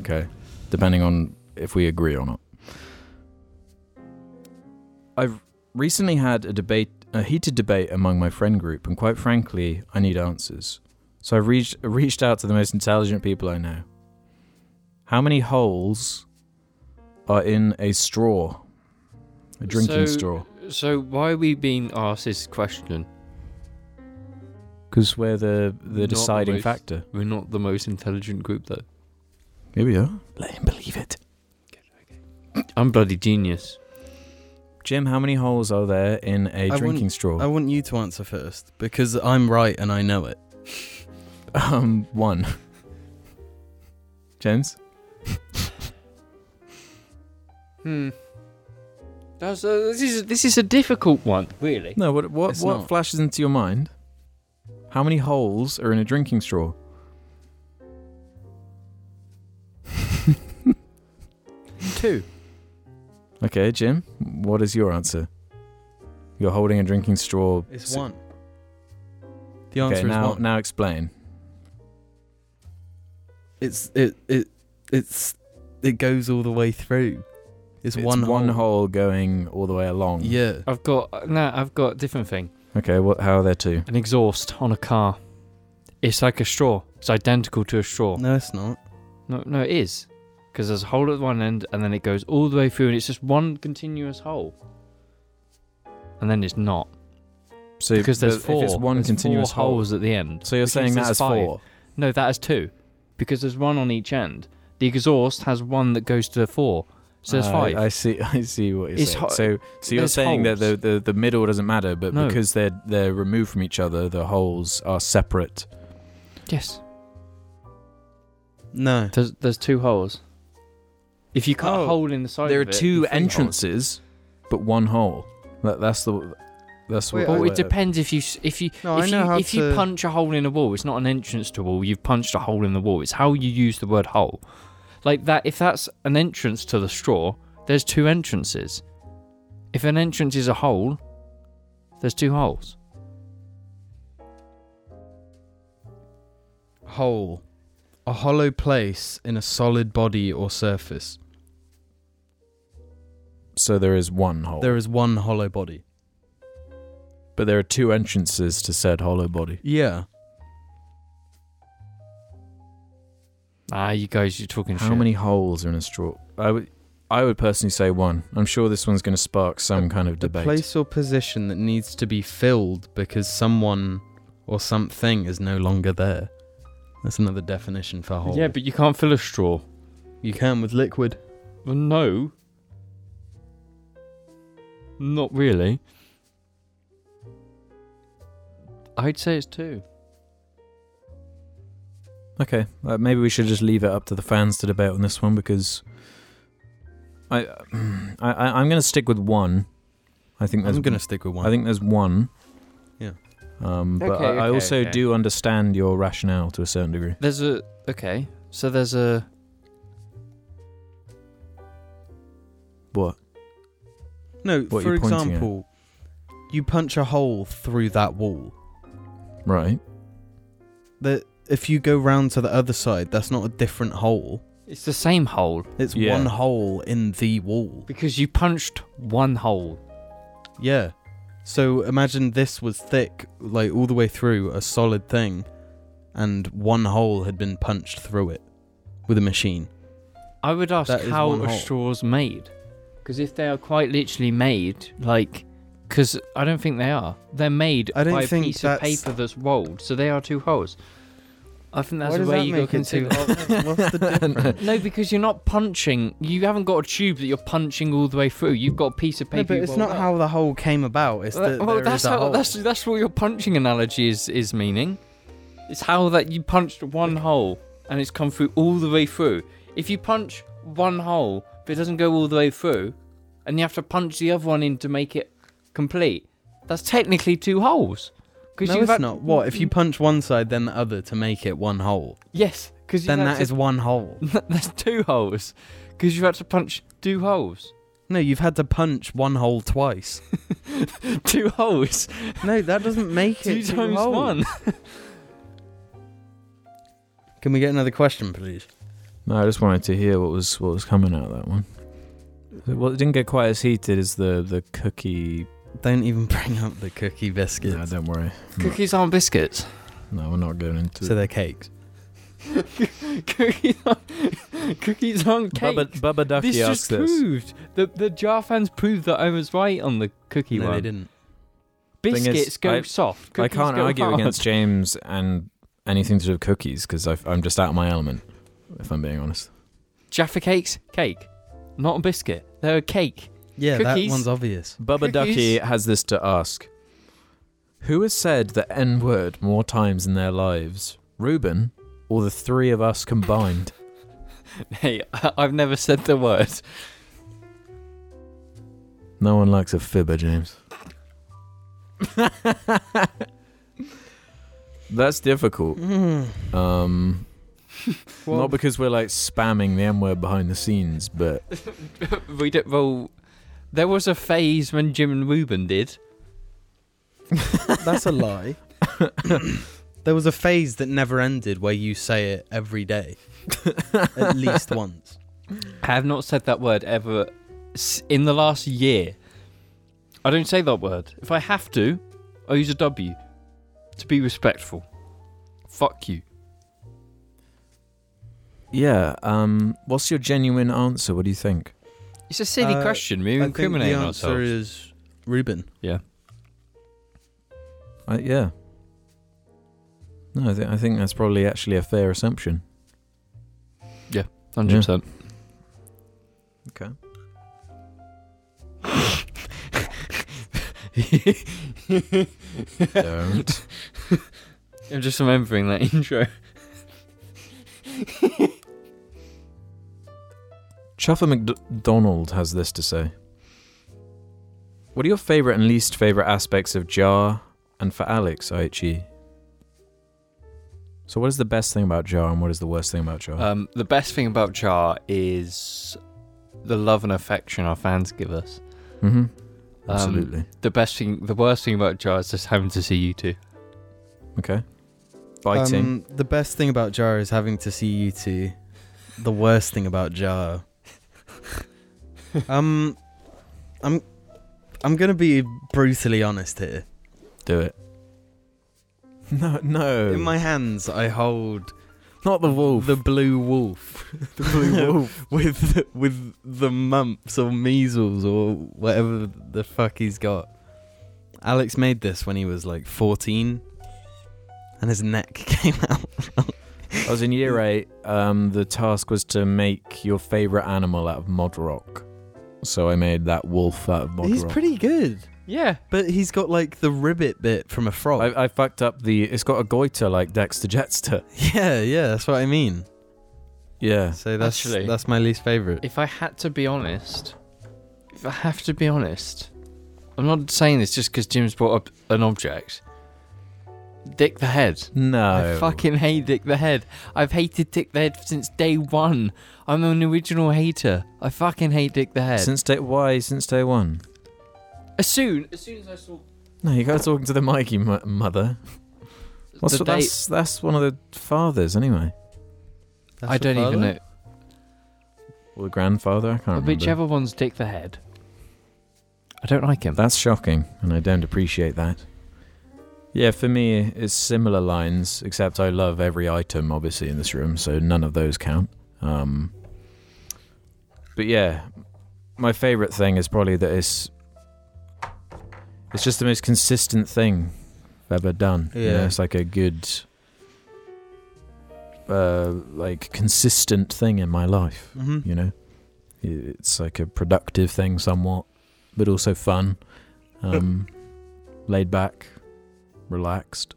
Okay, depending on if we agree or not. I've recently had a debate a heated debate among my friend group, and quite frankly, I need answers. So I've reached reached out to the most intelligent people I know. How many holes are in a straw? A drinking So- straw. So why are we being asked this question? Because we're the the Not deciding most- factor. We're not the most intelligent group, though. Here we are. Let him believe it. I'm bloody genius. Jim, how many holes are there in a I drinking wouldn't- straw? I want you to answer first because I'm right and I know it. um, one. James? Hmm. That's a, this is this is a difficult one, really. No, what what, It's what not. flashes into your mind? How many holes are in a drinking straw? two. Okay, Jim, what is your answer? You're holding a drinking straw. It's So- one. The answer Okay, is now one. now explain. It's it it it's it goes all the way through. It's, It's one one hole. hole going all the way along. Yeah. I've got no. I've got a different thing. Okay, what? How are there two? An exhaust on a car. It's like a straw. It's identical to a straw. No, it's not. No, no, it is. Because there's a hole at one end, and then it goes all the way through, and it's just one continuous hole. And then it's not So because there's but four. If it's one there's continuous four hole. holes at the end. So you're which saying means that there's is five. four. No, that is two, because there's one on each end. The exhaust has one that goes to four, so there's Uh, five. I see. I see what you're It's saying. ho- so, so you're there's saying that the, holes. the the middle doesn't matter, but No. because they're they're removed from each other, the holes are separate. yes, No. there's there's two holes. If you cut Oh, a hole in the side, there are of it, two you've three holes. entrances, but one hole. That, that's the that's Wait, what. I- Well, the oh, it word- depends if you s- if you No, I if know you how if you to- punch a hole in a wall, it's not an entrance to a wall. You've punched a hole in the wall. It's how you use the word hole, like that. If that's an entrance to the straw, there's two entrances. If an entrance is a hole, there's two holes. Hole. A hollow place in a solid body or surface. So there is one hole, There is one hollow body. but there are two entrances to said hollow body. Yeah. Ah, you guys, you're talking How shit. many holes are in a straw? I would I would personally say one. I'm sure this one's going to spark some kind of The debate. place or position that needs to be filled because someone or something is no longer there. That's another definition for hole. Yeah, but you can't fill a straw. you can with liquid. Well, no. Not really. I'd say it's two. Okay, uh, maybe we should just leave it up to the fans to debate on this one because I, I, I I'm going to stick with one. I think there's I'm gonna stick with one. I think there's one. Yeah. Um, but Okay, I, I okay, also okay. do understand your rationale to a certain degree. There's a okay. So there's a What? no. what for you're pointing at. example, you punch a hole through that wall. Right. That if you go round to the other side, that's not a different hole. it's the same hole It's Yeah. one hole in the wall. because you punched one hole. Yeah. So imagine this was thick, like all the way through a solid thing, and one hole had been punched through it with a machine. I would ask That is how one are hole. straws made? Because if they are quite literally made, like, because I don't think they are. They're made I don't by think a piece that's- of paper that's rolled, so they are two holes. I think that's Why the does way that you make look it into. two holes? What's the difference? No, because you're not punching. You haven't got a tube that you're punching all the way through. You've got a piece of No, paper. but you it's roll not up. how the hole came about. It's that Well, there is that's a how hole. that's that's what your punching analogy is is meaning. It's how that you punched one hole and it's come through all the way through. If you punch one hole but it doesn't go all the way through, and you have to punch the other one in to make it complete, that's technically two holes. Because No, it's not. What if you Mm. punch one side then the other to make it one hole? Yes, because Then that is one hole. that's two holes. Because you had to punch two holes. No, you've had to punch one hole twice. Two holes. no, that doesn't make Two it two times holes. one. Can we get another question, please? No, I just wanted to hear what was what was coming out of that one. Well, it didn't get quite as heated as the the cookie. Don't even bring up the cookie biscuits. No, don't worry. Cookies aren't biscuits. No, we're not going into. So they're cakes. cookies aren't, cookies aren't cake. Bubba, Bubba Ducky this asks just this. proved the the jar fans proved that I was right on the cookie no, they one. didn't. Thing is, Biscuits go I- soft. I cookies can't go argue hard. against James and anything to do with cookies because I'm just out of my element, if I'm being honest. Jaffa cakes. Cake, not a biscuit. They're a cake. Yeah, Cookies? that one's obvious. Bubba Cookies? Ducky has this to ask Who has said the N word more times in their lives? Ruben or the three of us combined? Hey, I've never said the word. No one likes a fibber, James. Mm. That's difficult. Um, Well, Not because we're like spamming the M word behind the scenes, but we don't. Well, there was a phase when Jim and Ruben did. that's a lie. there was a phase that never ended where you say it every day, at least once. I have not said that word ever s- in the last year. I don't say that word. If I have to, I use a W to be respectful. Fuck you. yeah. Um, what's your genuine answer? What do you think? It's a silly Uh, question. We're I think the incriminating answer ourselves. is Ruben. I, Uh, yeah. No, I, th- I think that's probably actually a fair assumption. Hundred percent. Okay. Don't. I'm just remembering that intro. Chuffer McDonald has this to say. What are your favourite and least favourite aspects of Jar and for Alex, IHE? So, what is the best thing about Jar and what is the worst thing about Uh, Jar? Um, the best thing about Jar is the love and affection our fans give us. hmm um, Absolutely. The best thing, the worst thing about Jar is just having to see you two. Okay. Biting. Um, the best thing about Jar is having to see you two. The worst thing about Jar. um, I'm, I'm gonna be brutally honest here. Do it. No, no. In my hands, I hold Not the wolf. the blue wolf, The blue wolf. with the, with the mumps or measles or whatever the fuck he's got. Alex made this when he was like 14, and his neck came out. I was in year eight. Um, the task was to make your favorite animal out of Modrock. So I made that wolf out of Modrock. He's pretty good. Yeah. But he's got like the ribbit bit from a frog. I, I fucked up the. It's got a goiter like Dexter Jetster. yeah, yeah, that's what I mean. Yeah. So that's Actually- that's my least favorite. If I had to be honest, if I have to be honest, I'm not saying this just because Jim's brought up an object. Dick the Head. No. I fucking hate Dick the Head. I've hated Dick the Head since day one. I'm an original hater. I fucking hate Dick the Head. Since day. Why? Since day one. as soon as soon as I saw No, you gotta talk to the Mikey mo- mother. What's the day, that's that's one of the fathers anyway, That's I your don't even father? know. or the grandfather. I can't But remember. whichever one's Dick the Head, I don't like him. That's shocking, and I don't appreciate that. Yeah, for me, it's similar lines, except I love every item, obviously, in this room, so none of those count. Um, but yeah, my favourite thing is probably that it's it's just the most consistent thing I've ever done. You know, Yeah. it's like a good, uh, like consistent thing in my life Mhm. you know it's like a productive thing somewhat but also fun um laid back relaxed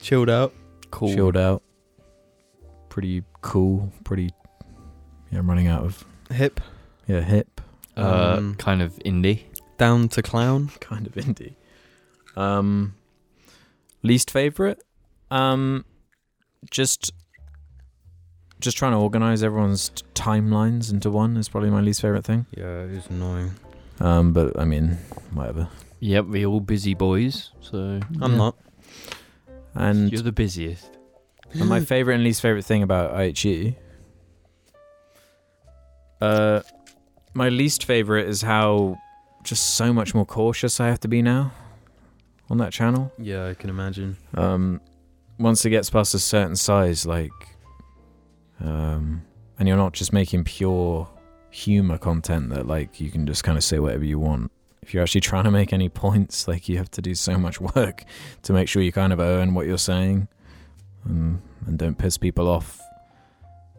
Chilled out. Cool. chilled out pretty cool pretty yeah i'm running out of Hip. yeah hip Uh, Um, kind of indie. Down to clown. kind of indie um least favorite um just just trying to organize everyone's t- timelines into one is probably my least favorite thing Yeah, it's annoying. um but i mean whatever Yep, we all busy boys. So I'm Yeah. not. and you're the busiest. And my favorite and least favorite thing about IHE. Uh, my least favorite is how just so much more cautious I have to be now on that channel. Yeah, I can imagine. Um, once it gets past a certain size, like, um, and you're not just making pure humor content that like you can just kind of say whatever you want. If you're actually trying to make any points, like you have to do so much work to make sure you kind of own what you're saying, um, and don't piss people off.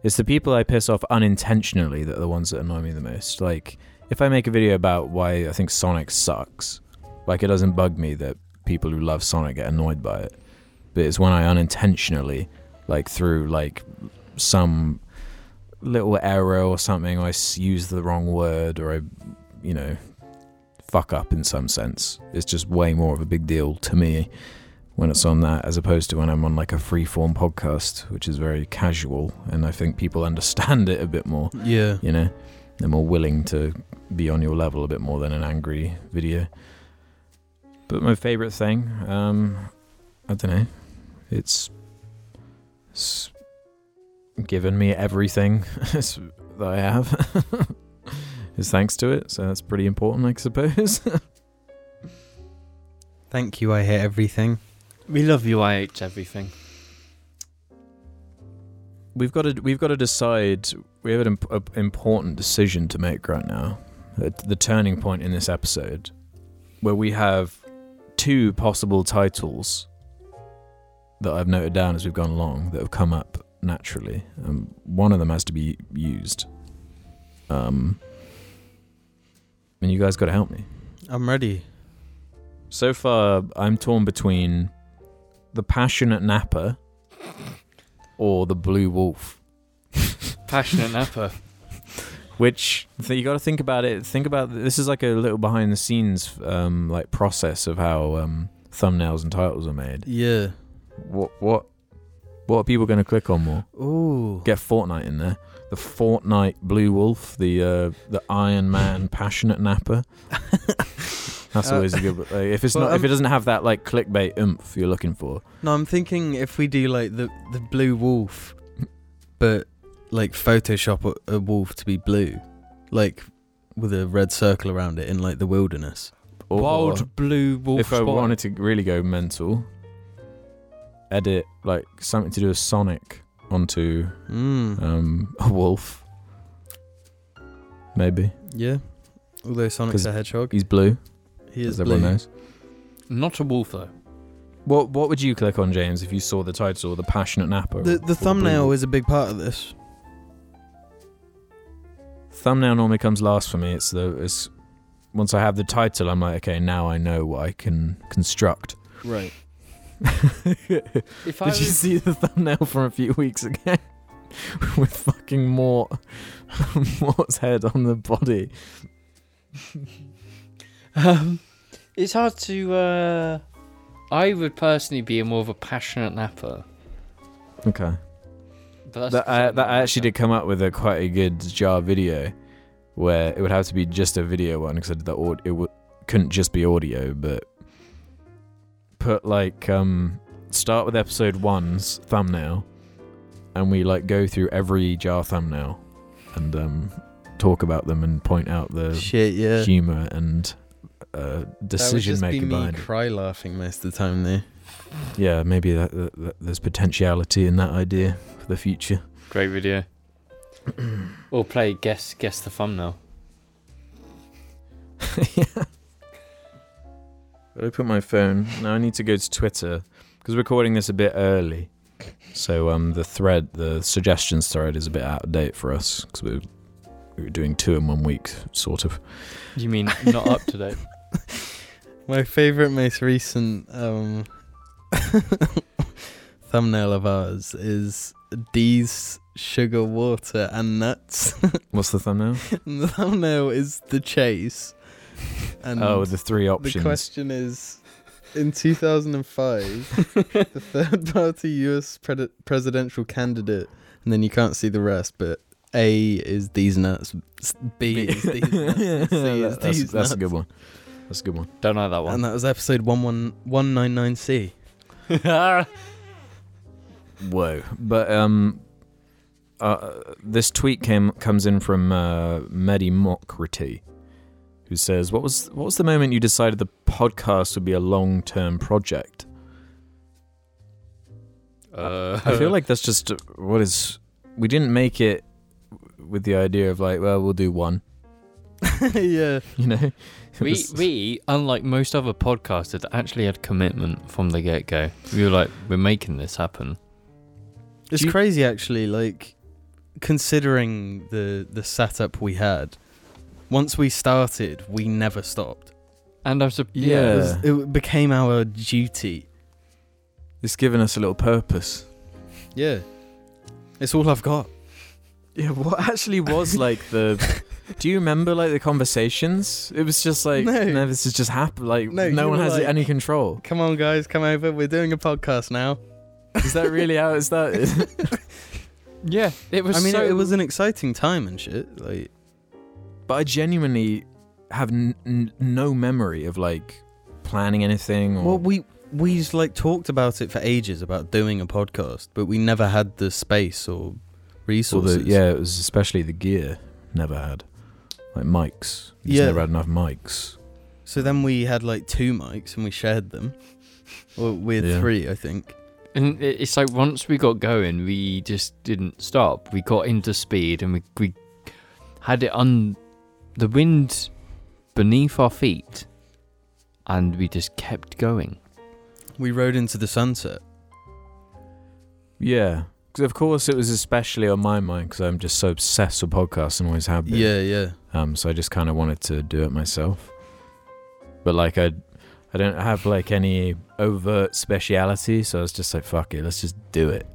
It's the people I piss off unintentionally that are the ones that annoy me the most. Like if I make a video about why I think Sonic sucks, like it doesn't bug me that people who love Sonic get annoyed by it. But it's when I unintentionally, like through like some little error or something, I s- use the wrong word or I, you know, fuck up in some sense. It's just way more of a big deal to me when it's on that, as opposed to when I'm on like a free form podcast, which is very casual, and I think people understand it a bit more. Yeah. You know, they're more willing to be on your level a bit more than an angry video. But my favorite thing, um, I don't know, it's, it's given me everything that I have. is thanks to it, so that's pretty important, I suppose. Thank you. I hear everything. We love you. I hate everything. we've got to we've got to decide. We have an imp- a- important decision to make right now. The, the turning point in this episode, where we have two possible titles that I've noted down as we've gone along that have come up naturally, and one of them has to be used. Um, and you guys got to help me. I'm ready. So far, I'm torn between the passionate napper or the blue wolf. Passionate napper. Which th- you got to think about it. Think about this is like a little behind the scenes um, like process of how um, thumbnails and titles are made. Yeah. What what what are people going to click on more? Ooh. Get Fortnite in there. The Fortnite Blue Wolf, the uh, the Iron Man passionate napper. That's Uh, always a good. Like, if it's well, not, if um, it doesn't have that like clickbait oomph you're looking for, No, I'm thinking if we do like the the blue wolf, but like Photoshop a, a wolf to be blue, like with a red circle around it in like the wilderness. or Wild blue wolf. if I spot. wanted to really go mental, edit like something to do with Sonic onto Mm. um, a wolf. Maybe yeah. Although Sonic's 'Cause a hedgehog, he's blue, he is as everyone blue. knows. Not a wolf though. What What would you click on, James, if you saw the title, "The Passionate Napper"? The or the Blue thumbnail Wolf? is a big part of this. thumbnail normally comes last for me. It's the it's once I have the title, I'm like, okay, now I know what I can construct. Right. Did If I you was- see the thumbnail from a few weeks ago with fucking Mort Mort's head on the body? Um, it's hard to. Uh, I would personally be more of a passionate napper. Okay. But that's that I, that I actually did come up with a quite a good jar video where it would have to be just a video one because I did the aud- it w- couldn't just be audio, but put like um start with episode one's thumbnail, and we like go through every jar thumbnail and um talk about them and point out the Shit. Yeah. humor and uh, that would decision just be making me behind. it. cry laughing most of the time there. Yeah, maybe that, that, that, there's potentiality in that idea for the future. Great video. or play guess guess the thumbnail. yeah. I put my phone. Now I need to go to Twitter because we're recording this a bit early. So um, the thread, the suggestions thread, is a bit out of date for us because we're we were doing two in one week, sort of. You mean not up to date? My favorite, most recent um, thumbnail of ours is Dee's sugar, water, and nuts. What's the thumbnail? and the thumbnail is the chase. And oh, the three options. Um, the question is: In 2005, the third-party U.S. Pred- presidential candidate, and then you can't see the rest, but. A is these nuts. s- B is these nuts. and C Yeah, is that- that's, these that's a nuts. good one. That's a good one. Don't like that And one. that was episode 11199C. Uh, Whoa! But um, uh, this tweet came comes in from uh, Medimocrity, who says, "What was what was the moment you decided the podcast would be a long term project?" uh, I feel like that's just what is. We didn't make it with the idea of like, well, we'll do one. yeah. You know, It we was- we unlike most other podcasters that actually had commitment from the get go. We were like, we're making this happen. It's Do you- crazy actually, like considering the the setup we had. Once we started, we never stopped. And I was a, It, Yeah. was- it became our duty. it's given us a little purpose. Yeah. It's all I've got. Yeah, what actually was like the Do you remember like the conversations? It was just like No. no, this has just happened. Like No, no, you one were has like- any control. Come on, guys, come over. We're doing a podcast now. Is that really how it's that? Yeah, it was. I mean, so- it was an exciting time and shit. Like, but I genuinely have n- n- no memory of like planning anything. Or... well, we we just like talked about it for ages about doing a podcast, but we never had the space or Or resources. the, yeah, it was especially the gear. Never had like mics. Just Yeah. never had enough mics. So then we had like two mics and we shared them. Well, we're Yeah. three, I think. and it- it's like once we got going, we just didn't stop. We got into speed, and we we had it on the wind beneath our feet, and we just kept going. We rode into the sunset. Yeah, 'Cause of course it was especially on my mind because I'm just so obsessed with podcasts and always have been. Yeah, yeah. Um, so I just kind of wanted to do it myself. But like I, I don't have like any overt speciality, so I was just like, fuck it, let's just do it.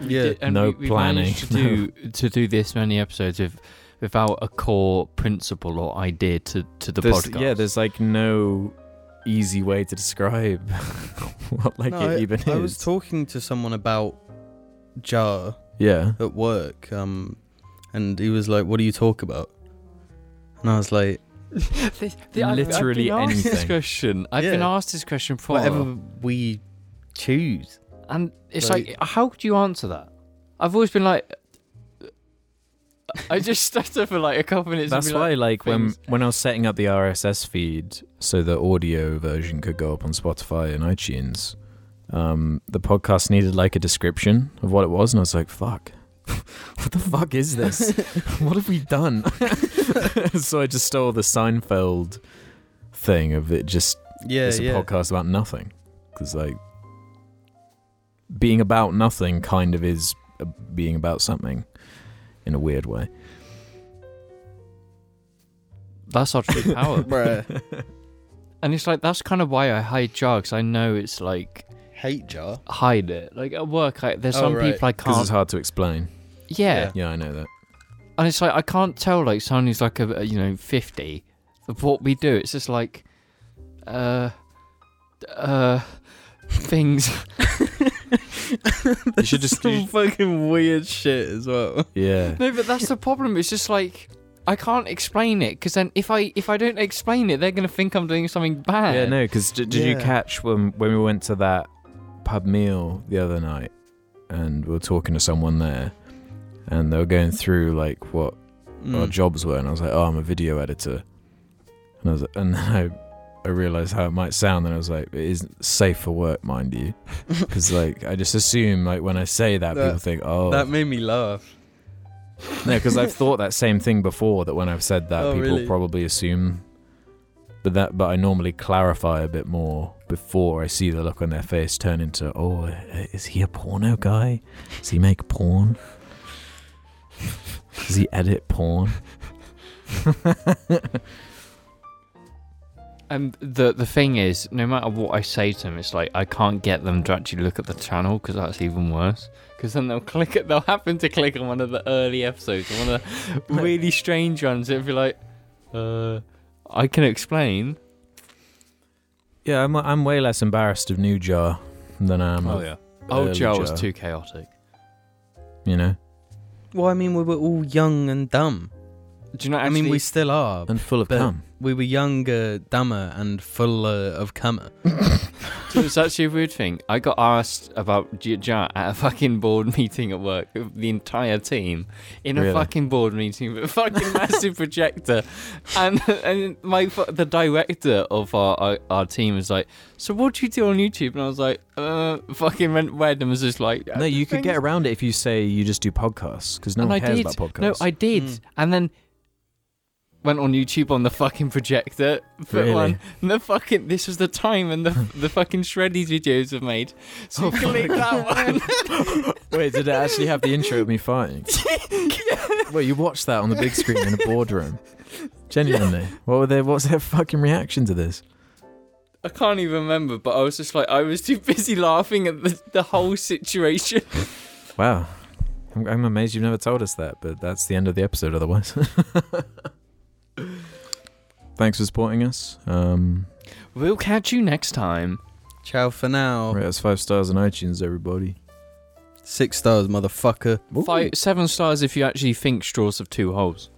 Yeah, Di- and no we, we managed planning. to do to do this many episodes of, without a core principle or idea to to the There's- podcast. Yeah, there's like no easy way to describe what like No, it even I is. was talking to someone about Jar yeah, at work, um, and he was like, "What do you talk about?" And I was like, literally I've been asked This anything. question. I've been Yeah. asked this question for "Whatever we choose." And it's Like- like, how could you answer that? I've always been like, I just stutter for like a couple minutes. that's and be why like, like when things- when I was setting up the RSS feed so the audio version could go up on Spotify and iTunes, um, the podcast needed like a description of what it was, and I was like, fuck. What the fuck is this? what have we done? so I just stole the Seinfeld thing of it just Yeah, it's a yeah. podcast about nothing because like being about nothing kind of is uh, being about something in a weird way that's our true power. Bruh. and it's like that's kind of why I hide jar because I know it's like Hate Jar. hide it. Like at work, I, there's Oh, some right. people I because it's can't. hard to explain Yeah. Yeah. yeah i know that and it's like I can't tell like someone who's like a a, you know fifty of what we do. It's just like, uh, uh, things. you should just Some fucking weird shit as well. yeah No, but that's the problem. It's just like I can't explain it because then if I if I don't explain it, they're gonna think I'm doing something bad. yeah no because d- did you Yeah. catch when when we went to that pub meal the other night and we were talking to someone there and they were going through like what our Mm. jobs were, and I was like, "Oh, I'm a video editor," and I was, and then I, I realized how it might sound, and I was like, "It isn't safe for work, mind you," because like I just assume like when I say that, That- people think, "Oh, That made me laugh. no," because I've thought that same thing before. That when I've said that, Oh, people really? probably assume, but that but I normally clarify a bit more before I see the look on their face turn into, "Oh, uh, is he a porno guy? Does he make porn?" Does he edit porn? And the the thing is, no matter what I say to them, it's like I can't get them to actually look at the channel because that's even worse. Because then they'll click it. They'll happen to click on one of the early episodes, one of the really strange ones. It'll be like, uh, I can explain. Yeah, I'm I'm way less embarrassed of New Jar than I am. of, Old Oh, early Joe was Jar, too chaotic. You know, Well, I mean, we were all young and dumb. Do you know? Actually, I mean, we still are. and full of But- cum. We were younger, dumber, and fuller of cummer. It was actually a weird thing. I got asked about Jit Jar at a fucking board meeting at work, with the entire team, in a Really? fucking board meeting with a fucking massive projector, and and my fu- the director of our, our our team was like, "So what do you do on YouTube?" And I was like, "Uh, fucking went red," and was just like, No, you could get things- around it if you say you just do podcasts because no and one I cares did. about podcasts. No, I did, Mm. and then went on YouTube on the fucking projector. Put Really? one. And the fucking this was the time, and the the fucking shreddies videos were made. So Oh, click that one. Wait, did it actually have the intro of me farting? Well, you watched that on the big screen in a boardroom. Genuinely, what were their what's their fucking reaction to this? I can't even remember, but I was just like, I was too busy laughing at the, the whole situation. Wow, I'm, I'm amazed you've never told us that, but that's the end of the episode otherwise. Thanks for supporting us. Um, We'll catch you next time. Ciao for now. Rate us five stars on iTunes, everybody. Six stars, motherfucker. Five, seven stars if you actually think straws have two holes.